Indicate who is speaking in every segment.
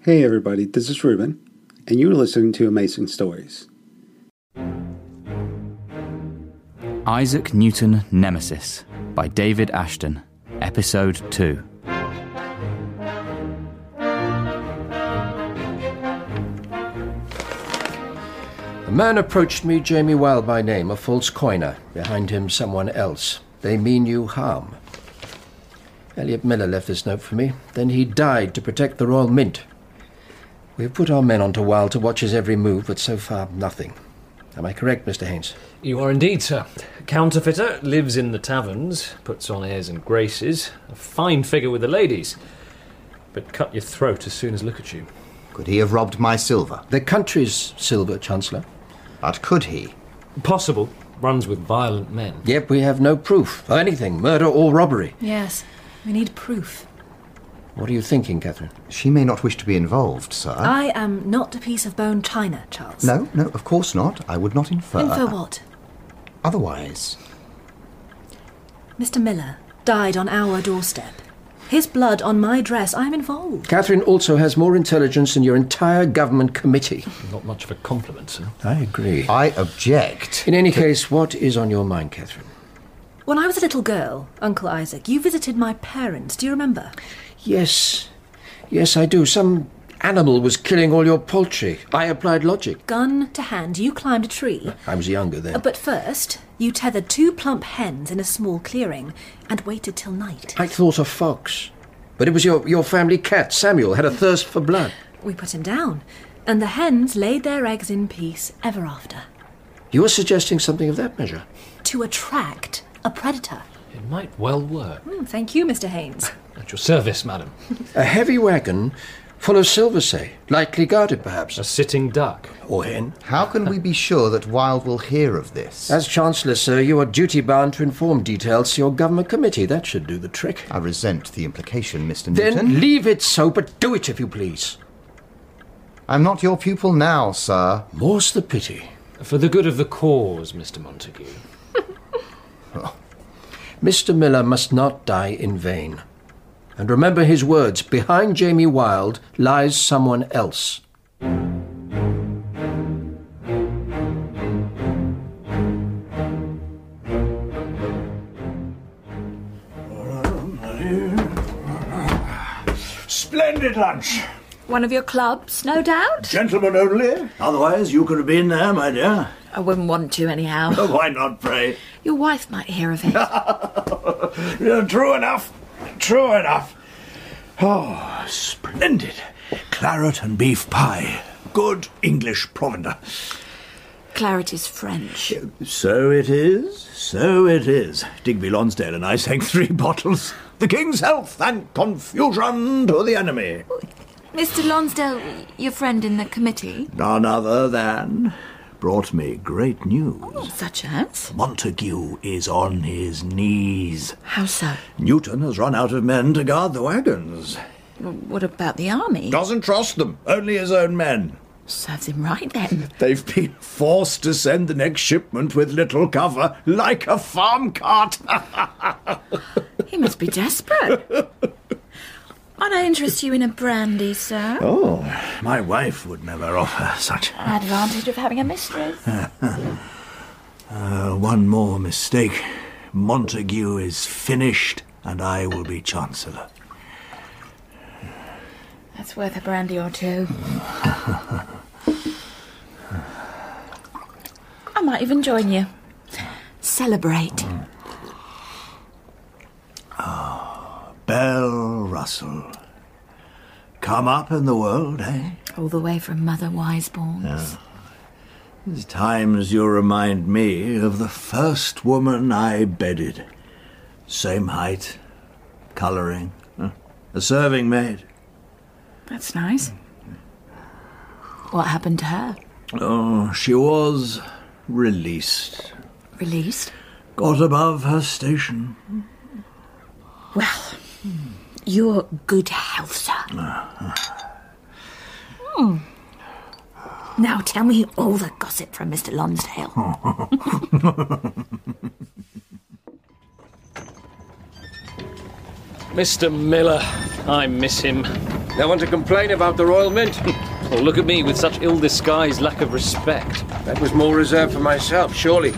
Speaker 1: Hey, everybody, this is Ruben, and you're listening to Amazing Stories.
Speaker 2: Isaac Newton Nemesis by David Ashton, Episode 2.
Speaker 3: A man approached me, Jamie Weil by name, a false coiner. Behind him, someone else. They mean you harm. Elliot Miller left this note for me. Then he died to protect the Royal Mint. We have put our men onto Weil to watch his every move, but so far, nothing. Am I correct, Mr. Haynes?
Speaker 4: You are indeed, sir. Counterfeiter lives in the taverns, puts on airs and graces, a fine figure with the ladies, but cut your throat as soon as look at you.
Speaker 5: Could he have robbed my silver?
Speaker 3: The country's silver, Chancellor.
Speaker 5: But could he?
Speaker 4: Possible runs with violent men.
Speaker 3: Yet we have no proof of anything murder or robbery.
Speaker 6: Yes, we need proof.
Speaker 3: What are you thinking, Catherine?
Speaker 5: She may not wish to be involved, sir.
Speaker 6: I am not a piece of bone china, Charles.
Speaker 5: no, no, of course not. I would not infer.
Speaker 6: Info what?
Speaker 5: Otherwise.
Speaker 6: Mr. Miller died on our doorstep. His blood on my dress. I'm involved.
Speaker 3: Catherine also has more intelligence than your entire government committee.
Speaker 4: Not much of a compliment, sir.
Speaker 3: I agree.
Speaker 5: I object.
Speaker 3: In any case, what is on your mind, Catherine?
Speaker 6: When I was a little girl, Uncle Isaac, you visited my parents. Do you remember?
Speaker 3: Yes, yes, I do. Some animal was killing all your poultry. I applied logic.
Speaker 6: Gun to hand, you climbed a tree.
Speaker 3: I was younger then.
Speaker 6: But first, you tethered two plump hens in a small clearing and waited till night.
Speaker 3: I thought a fox. But it was your, your family cat, Samuel, had a thirst for blood.
Speaker 6: We put him down, and the hens laid their eggs in peace ever after
Speaker 3: You were suggesting something of that measure.
Speaker 6: to attract a predator.
Speaker 4: It might well work.
Speaker 6: Hmm, thank you, Mr. Haynes.
Speaker 4: At your service, madam.
Speaker 3: A heavy wagon full of silver, say, lightly guarded perhaps.
Speaker 4: A sitting duck.
Speaker 3: Or hen.
Speaker 5: How can we be sure that Wilde will hear of this?
Speaker 3: As Chancellor, sir, you are duty bound to inform details to your government committee. That should do the trick.
Speaker 5: I resent the implication, Mr. Newton.
Speaker 3: Then leave it so, but do it if you please.
Speaker 5: I'm not your pupil now, sir.
Speaker 3: More's the pity.
Speaker 4: For the good of the cause, Mr. Montague.
Speaker 3: Mr. Miller must not die in vain. And remember his words behind Jamie Wilde lies someone else.
Speaker 7: Splendid lunch.
Speaker 8: One of your clubs, no doubt?
Speaker 7: Gentlemen only. Otherwise, you could have been there, my dear.
Speaker 8: I wouldn't want to, anyhow.
Speaker 7: Why not, pray?
Speaker 8: Your wife might hear of it.
Speaker 7: Yeah, Uh, True enough. True enough. Oh, splendid. Claret and beef pie. Good English provender.
Speaker 8: Claret is French.
Speaker 7: So it is. So it is. Digby Lonsdale and I sank three bottles. The king's health and confusion to the enemy.
Speaker 8: Mr. Lonsdale, your friend in the committee.
Speaker 7: None other than brought me great news.
Speaker 8: Such as?
Speaker 7: Montague is on his knees.
Speaker 8: How so?
Speaker 7: Newton has run out of men to guard the wagons.
Speaker 8: What about the army?
Speaker 7: Doesn't trust them, only his own men.
Speaker 8: Serves him right then.
Speaker 7: They've been forced to send the next shipment with little cover, like a farm cart.
Speaker 8: He must be desperate. Might I interest you in a brandy, sir?
Speaker 7: oh, my wife would never offer such.
Speaker 8: Advantage of having a mistress.
Speaker 7: Uh, one more mistake. Montague is finished, and I will be Chancellor.
Speaker 8: That's worth a brandy or two. I might even join you. Celebrate.
Speaker 7: Belle Russell. Come up in the world, eh?
Speaker 8: All the way from Mother Wiseborn's.
Speaker 7: There's times you remind me of the first woman I bedded. Same height, colouring, huh? a serving maid.
Speaker 8: That's nice. What happened to her?
Speaker 7: Oh, she was released.
Speaker 8: Released?
Speaker 7: Got above her station.
Speaker 8: Well, your good health, sir. Hmm. Now tell me all the gossip from Mr. Lonsdale.
Speaker 4: Mr. Miller, I miss him. No one to complain about the Royal Mint. well, look at me with such ill disguised lack of respect.
Speaker 3: That was more reserved for myself, surely.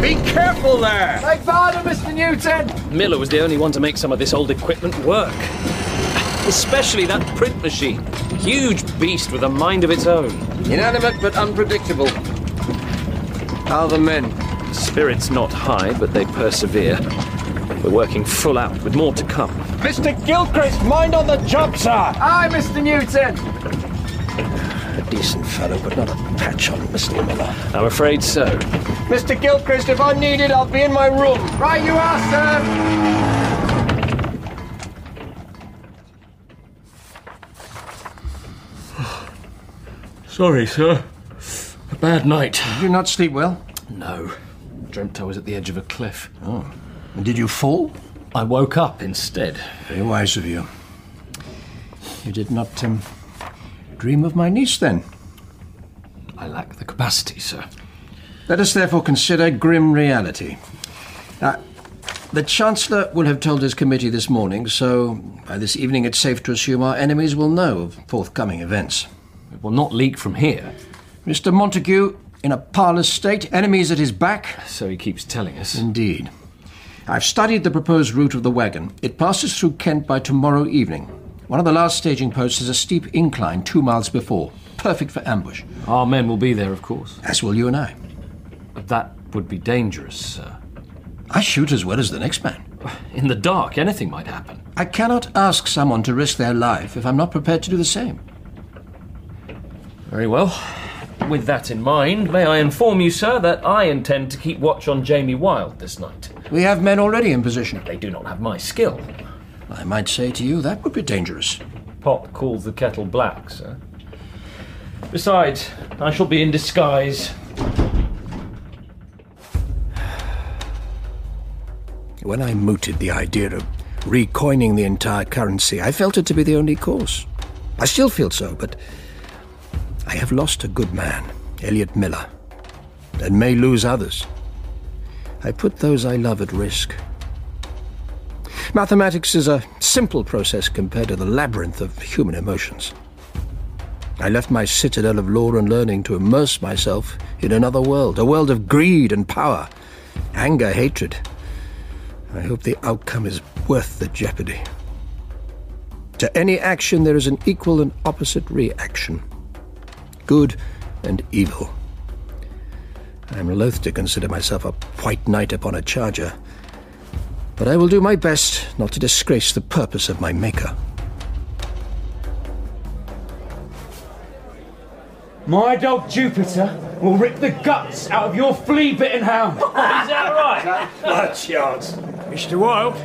Speaker 3: Be careful there!
Speaker 4: My father, Mr. Newton! Miller was the only one to make some of this old equipment work. Especially that print machine. Huge beast with a mind of its own.
Speaker 3: Inanimate but unpredictable. How are the men?
Speaker 4: Spirits not high, but they persevere. We're working full out with more to come.
Speaker 3: Mr. Gilchrist, mind on the job, sir! Aye, Mr. Newton! A decent fellow, but not a patch on Mr. Miller.
Speaker 4: I'm afraid so.
Speaker 3: Mr. Gilchrist, if I'm needed, I'll be in my room. Right, you are, sir.
Speaker 9: Sorry, sir. A bad night.
Speaker 3: Did you not sleep well?
Speaker 9: No. Dreamt I was at the edge of a cliff.
Speaker 3: Oh. And did you fall?
Speaker 9: I woke up instead.
Speaker 3: Very wise of you. You did not um, dream of my niece, then?
Speaker 9: I lack the capacity, sir.
Speaker 3: Let us therefore consider grim reality. Now, the Chancellor will have told his committee this morning, so by this evening it's safe to assume our enemies will know of forthcoming events.
Speaker 9: It will not leak from here.
Speaker 3: Mr. Montague, in a parlous state, enemies at his back.
Speaker 9: So he keeps telling us.
Speaker 3: Indeed. I've studied the proposed route of the wagon. It passes through Kent by tomorrow evening. One of the last staging posts is a steep incline two miles before, perfect for ambush,
Speaker 9: Our men will be there, of course.
Speaker 3: as will you and I.
Speaker 9: But that would be dangerous, sir.
Speaker 3: I shoot as well as the next man.
Speaker 9: In the dark, anything might happen.
Speaker 3: I cannot ask someone to risk their life if I'm not prepared to do the same.
Speaker 9: Very well.
Speaker 4: With that in mind, may I inform you, sir, that I intend to keep watch on Jamie Wilde this night.
Speaker 3: We have men already in position.
Speaker 4: They do not have my skill.
Speaker 3: I might say to you, that would be dangerous.
Speaker 4: Pot calls the kettle black, sir. Besides, I shall be in disguise.
Speaker 3: When I mooted the idea of recoining the entire currency, I felt it to be the only course. I still feel so, but I have lost a good man, Elliot Miller, and may lose others. I put those I love at risk. Mathematics is a simple process compared to the labyrinth of human emotions. I left my citadel of law and learning to immerse myself in another world, a world of greed and power, anger, hatred, I hope the outcome is worth the jeopardy. To any action, there is an equal and opposite reaction good and evil. I am loath to consider myself a white knight upon a charger, but I will do my best not to disgrace the purpose of my maker.
Speaker 10: My dog Jupiter will rip the guts out of your flea bitten hound.
Speaker 4: Is that right?
Speaker 10: No chance. Mr. Wilde,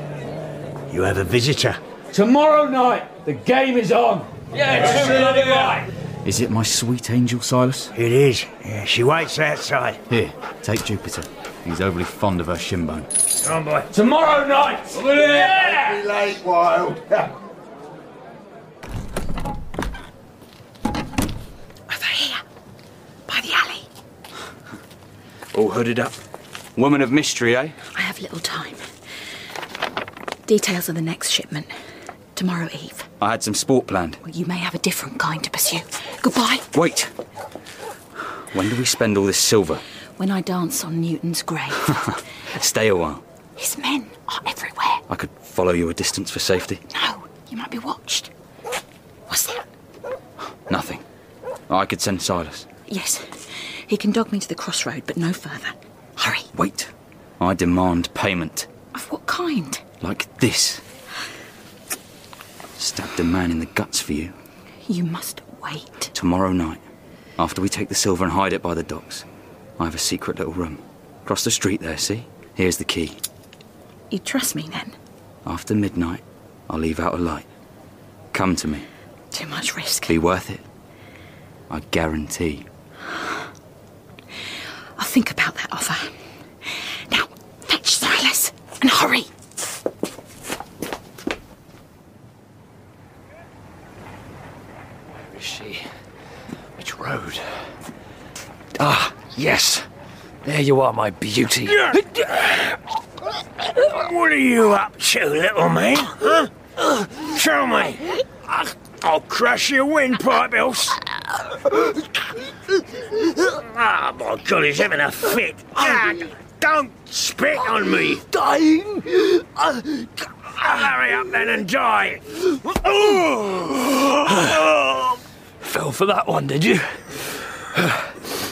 Speaker 7: You have a visitor.
Speaker 10: tomorrow night the game is on.
Speaker 4: Yeah, true bloody right.
Speaker 11: Is it my sweet angel, Silas?
Speaker 7: It is. she waits outside.
Speaker 11: Here, take Jupiter. He's overly fond of her shin bone.
Speaker 10: Come on, boy. Tomorrow night. Yeah.
Speaker 12: Be late, Wild.
Speaker 6: Over here, by the alley.
Speaker 11: All hooded up. Woman of mystery, eh?
Speaker 6: I have little time. Details of the next shipment. Tomorrow eve.
Speaker 11: I had some sport planned.
Speaker 6: Well, you may have a different kind to pursue. Goodbye.
Speaker 11: Wait! When do we spend all this silver?
Speaker 6: When I dance on Newton's grave,
Speaker 11: Stay a while.
Speaker 6: his men are everywhere.
Speaker 11: I could follow you a distance for safety.
Speaker 6: No, you might be watched. What's that?
Speaker 11: Nothing. I could send Silas.
Speaker 6: Yes, he can dog me to the crossroad, but no further. Hurry.
Speaker 11: Wait. I demand payment.
Speaker 6: Of what kind?
Speaker 11: Like this. Stabbed a man in the guts for you.
Speaker 6: You must wait.
Speaker 11: Tomorrow night, after we take the silver and hide it by the docks, I have a secret little room. Across the street there, see? Here's the key.
Speaker 6: You trust me then?
Speaker 11: After midnight, I'll leave out a light. Come to me.
Speaker 6: Too much risk.
Speaker 11: Be worth it. I guarantee.
Speaker 6: I'll think about that offer. Now, fetch Silas and hurry.
Speaker 9: Where is she? Which road? Ah, yes. There you are, my beauty.
Speaker 7: What are you up to, little man? Huh? Show me.
Speaker 13: I'll crush your windpipe, else. Ah, my God, he's having a fit. Ah, don't spit on me. Dying. Hurry up then and die. Oh.
Speaker 14: Fell for that one, did you?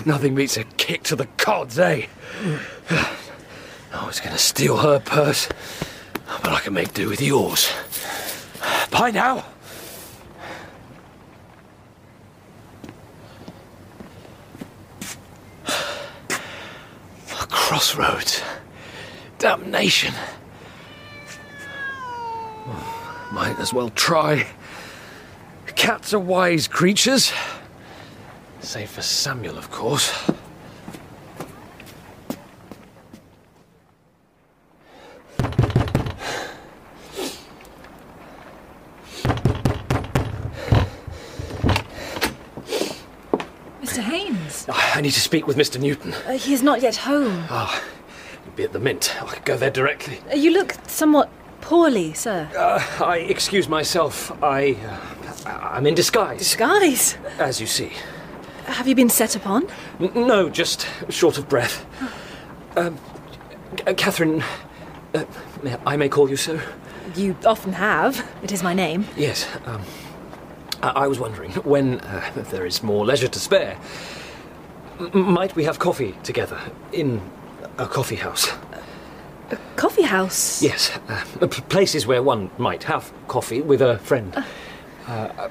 Speaker 14: Nothing beats a kick to the cods, eh? I was going to steal her purse, but I can make do with yours. Bye now. Crossroads. Damnation. Might as well try. Cats are wise creatures. Save for Samuel, of course.
Speaker 6: Mr. Haynes.
Speaker 14: I need to speak with Mr. Newton.
Speaker 6: Uh, he is not yet home.
Speaker 14: Ah, he'll be at the Mint. I could go there directly.
Speaker 6: Uh, you look somewhat poorly, sir.
Speaker 14: Uh, I excuse myself. I. Uh, I'm in disguise.
Speaker 6: Disguise?
Speaker 14: As you see.
Speaker 6: Have you been set upon?
Speaker 14: N- no, just short of breath. Um, C- uh, Catherine. Uh, may I may call you so?
Speaker 6: You often have. It is my name.
Speaker 14: Yes. Um, I, I was wondering when uh, there is more leisure to spare. M- might we have coffee together in a coffee house?
Speaker 6: Coffee house.
Speaker 14: Yes, uh, p- places where one might have coffee with a friend. Uh, uh,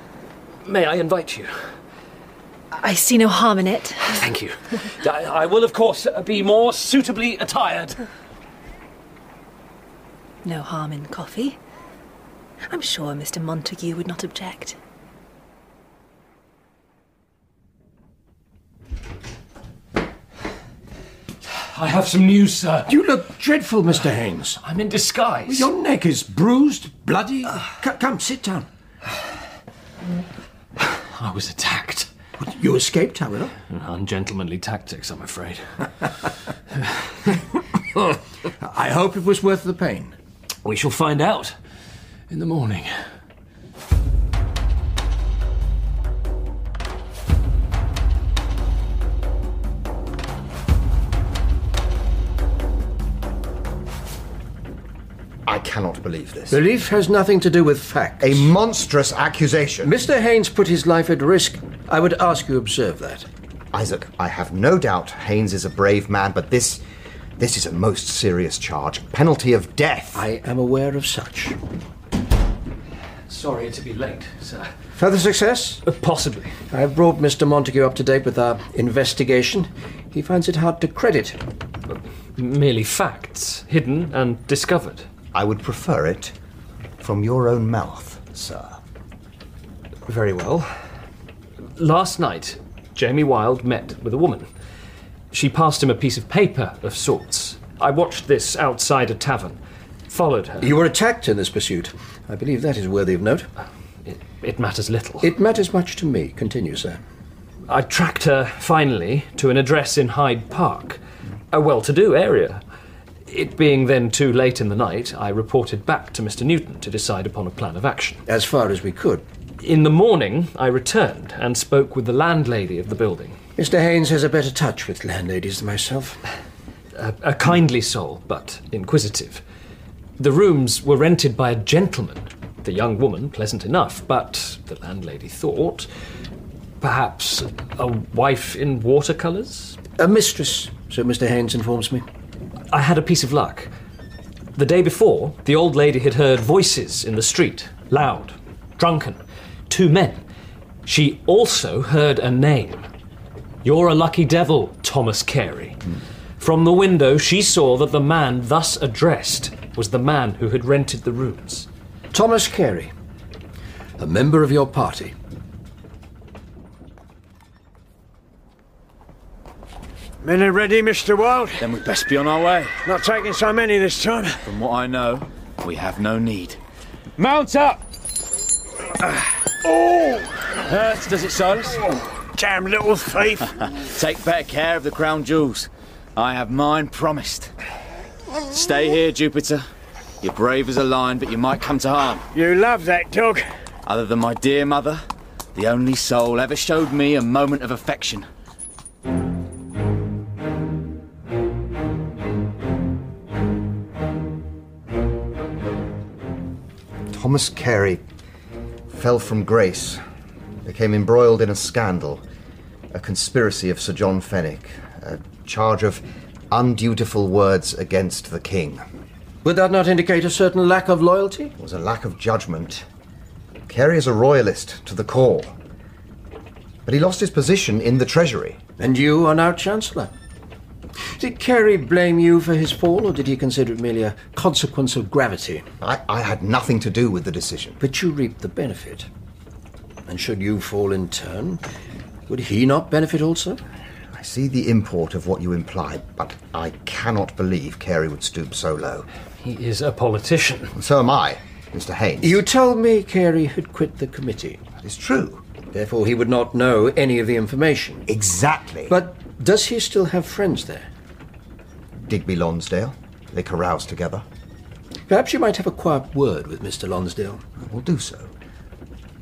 Speaker 14: may I invite you?
Speaker 6: I see no harm in it.
Speaker 14: Thank you. I, I will, of course, be more suitably attired.
Speaker 6: No harm in coffee. I'm sure Mr. Montague would not object.
Speaker 14: I have some news, sir.
Speaker 3: You look dreadful, Mr. Haynes.
Speaker 14: I'm in disguise.
Speaker 3: Your neck is bruised, bloody. C- come, sit down.
Speaker 14: I was attacked.
Speaker 3: You escaped, however.
Speaker 4: Ungentlemanly tactics, I'm afraid.
Speaker 3: I hope it was worth the pain.
Speaker 4: We shall find out in the morning.
Speaker 5: I cannot believe this.
Speaker 3: Belief has nothing to do with fact.
Speaker 5: A monstrous accusation.
Speaker 3: Mr. Haynes put his life at risk. I would ask you observe that.
Speaker 5: Isaac, I have no doubt Haynes is a brave man, but this. This is a most serious charge. Penalty of death.
Speaker 3: I am aware of such.
Speaker 14: Sorry to be late, sir.
Speaker 3: Further success?
Speaker 4: Uh,
Speaker 14: Possibly.
Speaker 3: I have brought Mr. Montague up to date with our investigation. He finds it hard to credit.
Speaker 4: Merely facts, hidden and discovered.
Speaker 5: I would prefer it from your own mouth, sir.
Speaker 14: Very well.
Speaker 4: Last night, Jamie Wilde met with a woman. She passed him a piece of paper of sorts. I watched this outside a tavern, followed her.
Speaker 3: You were attacked in this pursuit. I believe that is worthy of note.
Speaker 4: It, it matters little.
Speaker 3: It matters much to me. Continue, sir.
Speaker 4: I tracked her, finally, to an address in Hyde Park, a well to do area. It being then too late in the night, I reported back to Mr. Newton to decide upon a plan of action.
Speaker 3: As far as we could.
Speaker 4: In the morning, I returned and spoke with the landlady of the building.
Speaker 3: Mr. Haynes has a better touch with landladies than myself.
Speaker 4: A, a kindly soul, but inquisitive. The rooms were rented by a gentleman. The young woman, pleasant enough, but the landlady thought perhaps a wife in watercolours?
Speaker 3: A mistress, so Mr. Haynes informs me.
Speaker 4: I had a piece of luck. The day before, the old lady had heard voices in the street, loud, drunken, two men. She also heard a name. You're a lucky devil, Thomas Carey. From the window, she saw that the man thus addressed was the man who had rented the rooms.
Speaker 3: Thomas Carey, a member of your party.
Speaker 13: Men are ready, Mr. Wilde?
Speaker 11: Then we'd best be on our way.
Speaker 13: Not taking so many this time.
Speaker 11: From what I know, we have no need.
Speaker 13: Mount up!
Speaker 11: Oh! Hurts, does it, Silas?
Speaker 13: Damn little thief!
Speaker 11: Take better care of the crown jewels. I have mine promised. Stay here, Jupiter. You're brave as a lion, but you might come to harm.
Speaker 13: You love that dog.
Speaker 11: other than my dear mother, the only soul ever showed me a moment of affection.
Speaker 5: Thomas Carey fell from grace, became embroiled in a scandal, a conspiracy of Sir John Fenwick, a charge of undutiful words against the king.
Speaker 3: Would that not indicate a certain lack of loyalty?
Speaker 5: It was a lack of judgment. Carey is a royalist to the core. But he lost his position in the Treasury.
Speaker 3: And you are now Chancellor. Did Carey blame you for his fall, or did he consider it merely a consequence of gravity?
Speaker 5: I, I had nothing to do with the decision.
Speaker 3: But you reaped the benefit. And should you fall in turn, would he not benefit also?
Speaker 5: I see the import of what you imply, but I cannot believe Carey would stoop so low.
Speaker 4: He is a politician.
Speaker 5: So am I, Mr. Haynes.
Speaker 3: You told me Carey had quit the committee.
Speaker 5: That is true.
Speaker 3: Therefore, he would not know any of the information.
Speaker 5: Exactly.
Speaker 3: But does he still have friends there?
Speaker 5: Digby Lonsdale. They carouse together.
Speaker 3: Perhaps you might have a quiet word with Mr. Lonsdale.
Speaker 5: I will do so.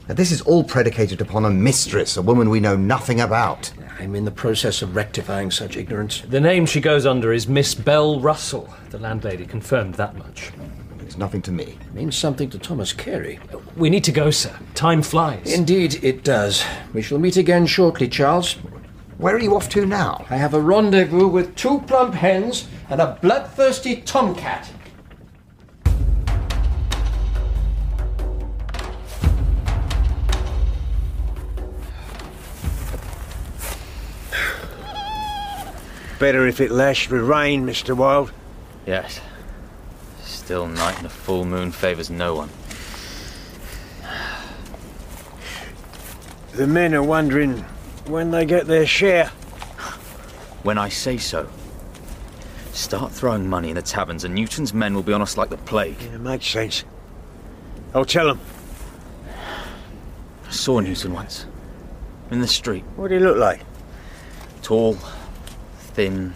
Speaker 5: Now, this is all predicated upon a mistress, a woman we know nothing about.
Speaker 3: I'm in the process of rectifying such ignorance.
Speaker 4: The name she goes under is Miss Belle Russell. The landlady confirmed that much.
Speaker 5: It's nothing to me.
Speaker 3: It means something to Thomas Carey.
Speaker 4: We need to go, sir. Time flies.
Speaker 3: Indeed, it does. We shall meet again shortly, Charles.
Speaker 5: Where are you off to now?
Speaker 3: I have a rendezvous with two plump hens and a bloodthirsty tomcat.
Speaker 13: Better if it lashed with rain, Mr. Wilde.
Speaker 11: Yes. Still night and a full moon favours no one.
Speaker 13: The men are wondering when they get their share.
Speaker 11: When I say so. Start throwing money in the taverns, and Newton's men will be on us like the plague.
Speaker 13: It makes sense. I'll tell them.
Speaker 11: I saw Newton once. In the street.
Speaker 13: What do you look like?
Speaker 11: Tall, thin,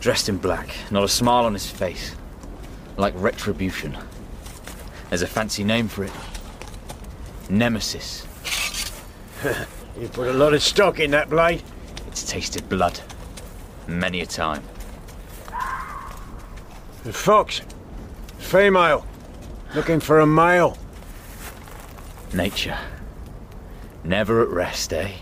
Speaker 11: dressed in black, not a smile on his face. Like retribution. There's a fancy name for it Nemesis.
Speaker 13: You put a lot of stock in that blade.
Speaker 11: It's tasted blood. Many a time.
Speaker 13: The fox. Female. Looking for a male.
Speaker 11: Nature. Never at rest, eh?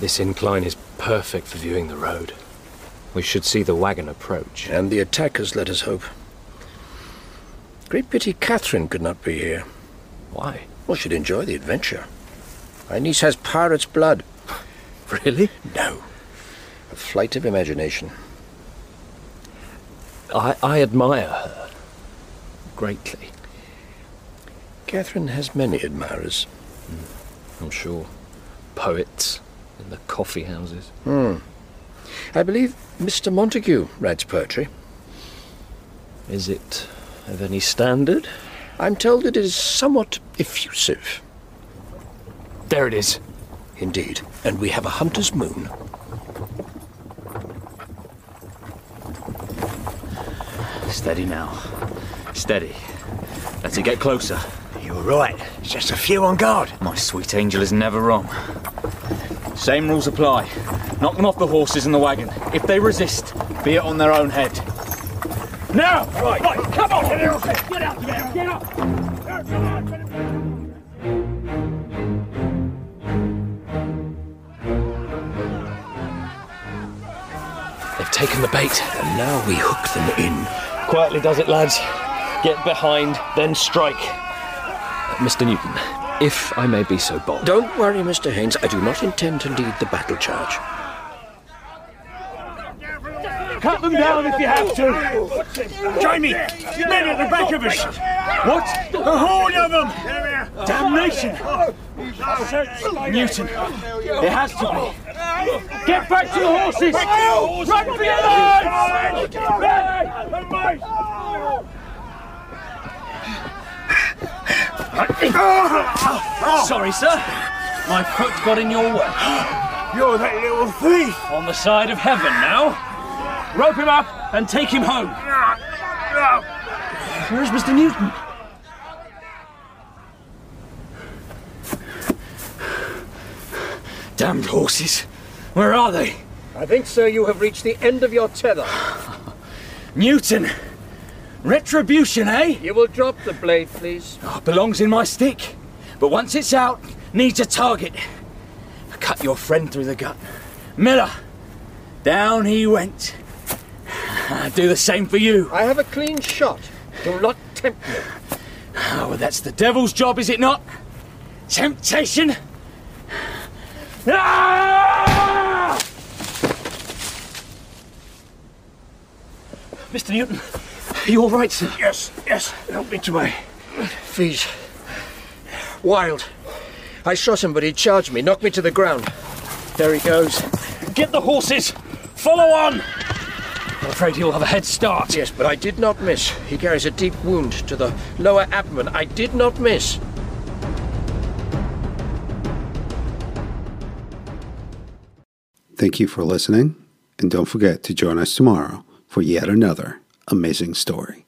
Speaker 14: This incline is perfect for viewing the road. We should see the wagon approach.
Speaker 3: And the attackers, let us hope. Great pity Catherine could not be here.
Speaker 14: Why?
Speaker 3: Well, she'd enjoy the adventure. My niece has pirate's blood.
Speaker 14: Really?
Speaker 3: No. A flight of imagination.
Speaker 14: I, I admire her greatly.
Speaker 3: Catherine has many admirers.
Speaker 14: Hmm. I'm sure. Poets in the coffee houses.
Speaker 3: Hmm. I believe Mr. Montague writes poetry.
Speaker 14: Is it of any standard?
Speaker 3: I'm told it is somewhat effusive.
Speaker 14: There it is.
Speaker 3: Indeed. And we have a hunter's moon.
Speaker 11: Steady now. Steady. Let's get closer.
Speaker 13: You're right. It's just a few on guard.
Speaker 11: My sweet angel is never wrong. Same rules apply. Knock them off the horses and the wagon. If they resist, be it on their own head.
Speaker 13: Now! Right, right come on! Get out there! Get out there! Get out! Get out! Get out!
Speaker 14: They've taken the bait.
Speaker 3: And now we hook them in.
Speaker 14: Quietly does it, lads. Get behind, then strike. Mr. Newton, if I may be so bold.
Speaker 3: Don't worry, Mr. Haynes. I do not intend to lead the battle charge.
Speaker 15: Cut them down if you have to.
Speaker 13: Jamie, men at the back of us.
Speaker 15: What?
Speaker 13: A horde of them!
Speaker 15: Damnation!
Speaker 13: Newton, it has to be.
Speaker 15: Get back to the horses! Run for your lives! Run!
Speaker 14: Sorry, sir. My foot got in your way.
Speaker 13: You're that little thief!
Speaker 14: On the side of heaven now.
Speaker 16: Rope him up and take him home. Where's Mr. Newton?
Speaker 11: Damned horses! Where are they?
Speaker 3: I think, sir, you have reached the end of your tether.
Speaker 11: Newton! Retribution, eh?
Speaker 3: You will drop the blade, please.
Speaker 11: Oh, belongs in my stick. But once it's out, needs a target. Cut your friend through the gut. Miller! Down he went. I'd do the same for you.
Speaker 3: I have a clean shot. Do not tempt me.
Speaker 11: Oh, well, that's the devil's job, is it not? Temptation? Ah!
Speaker 16: Mr. Newton, are you all right, sir?
Speaker 3: Yes, yes. Help me to my feet. Wild. I shot him, but he charged me, knocked me to the ground. There he goes.
Speaker 16: Get the horses! Follow on! I'm afraid he'll have a head start.
Speaker 3: Yes, but I did not miss. He carries a deep wound to the lower abdomen. I did not miss.
Speaker 1: Thank you for listening, and don't forget to join us tomorrow for yet another amazing story.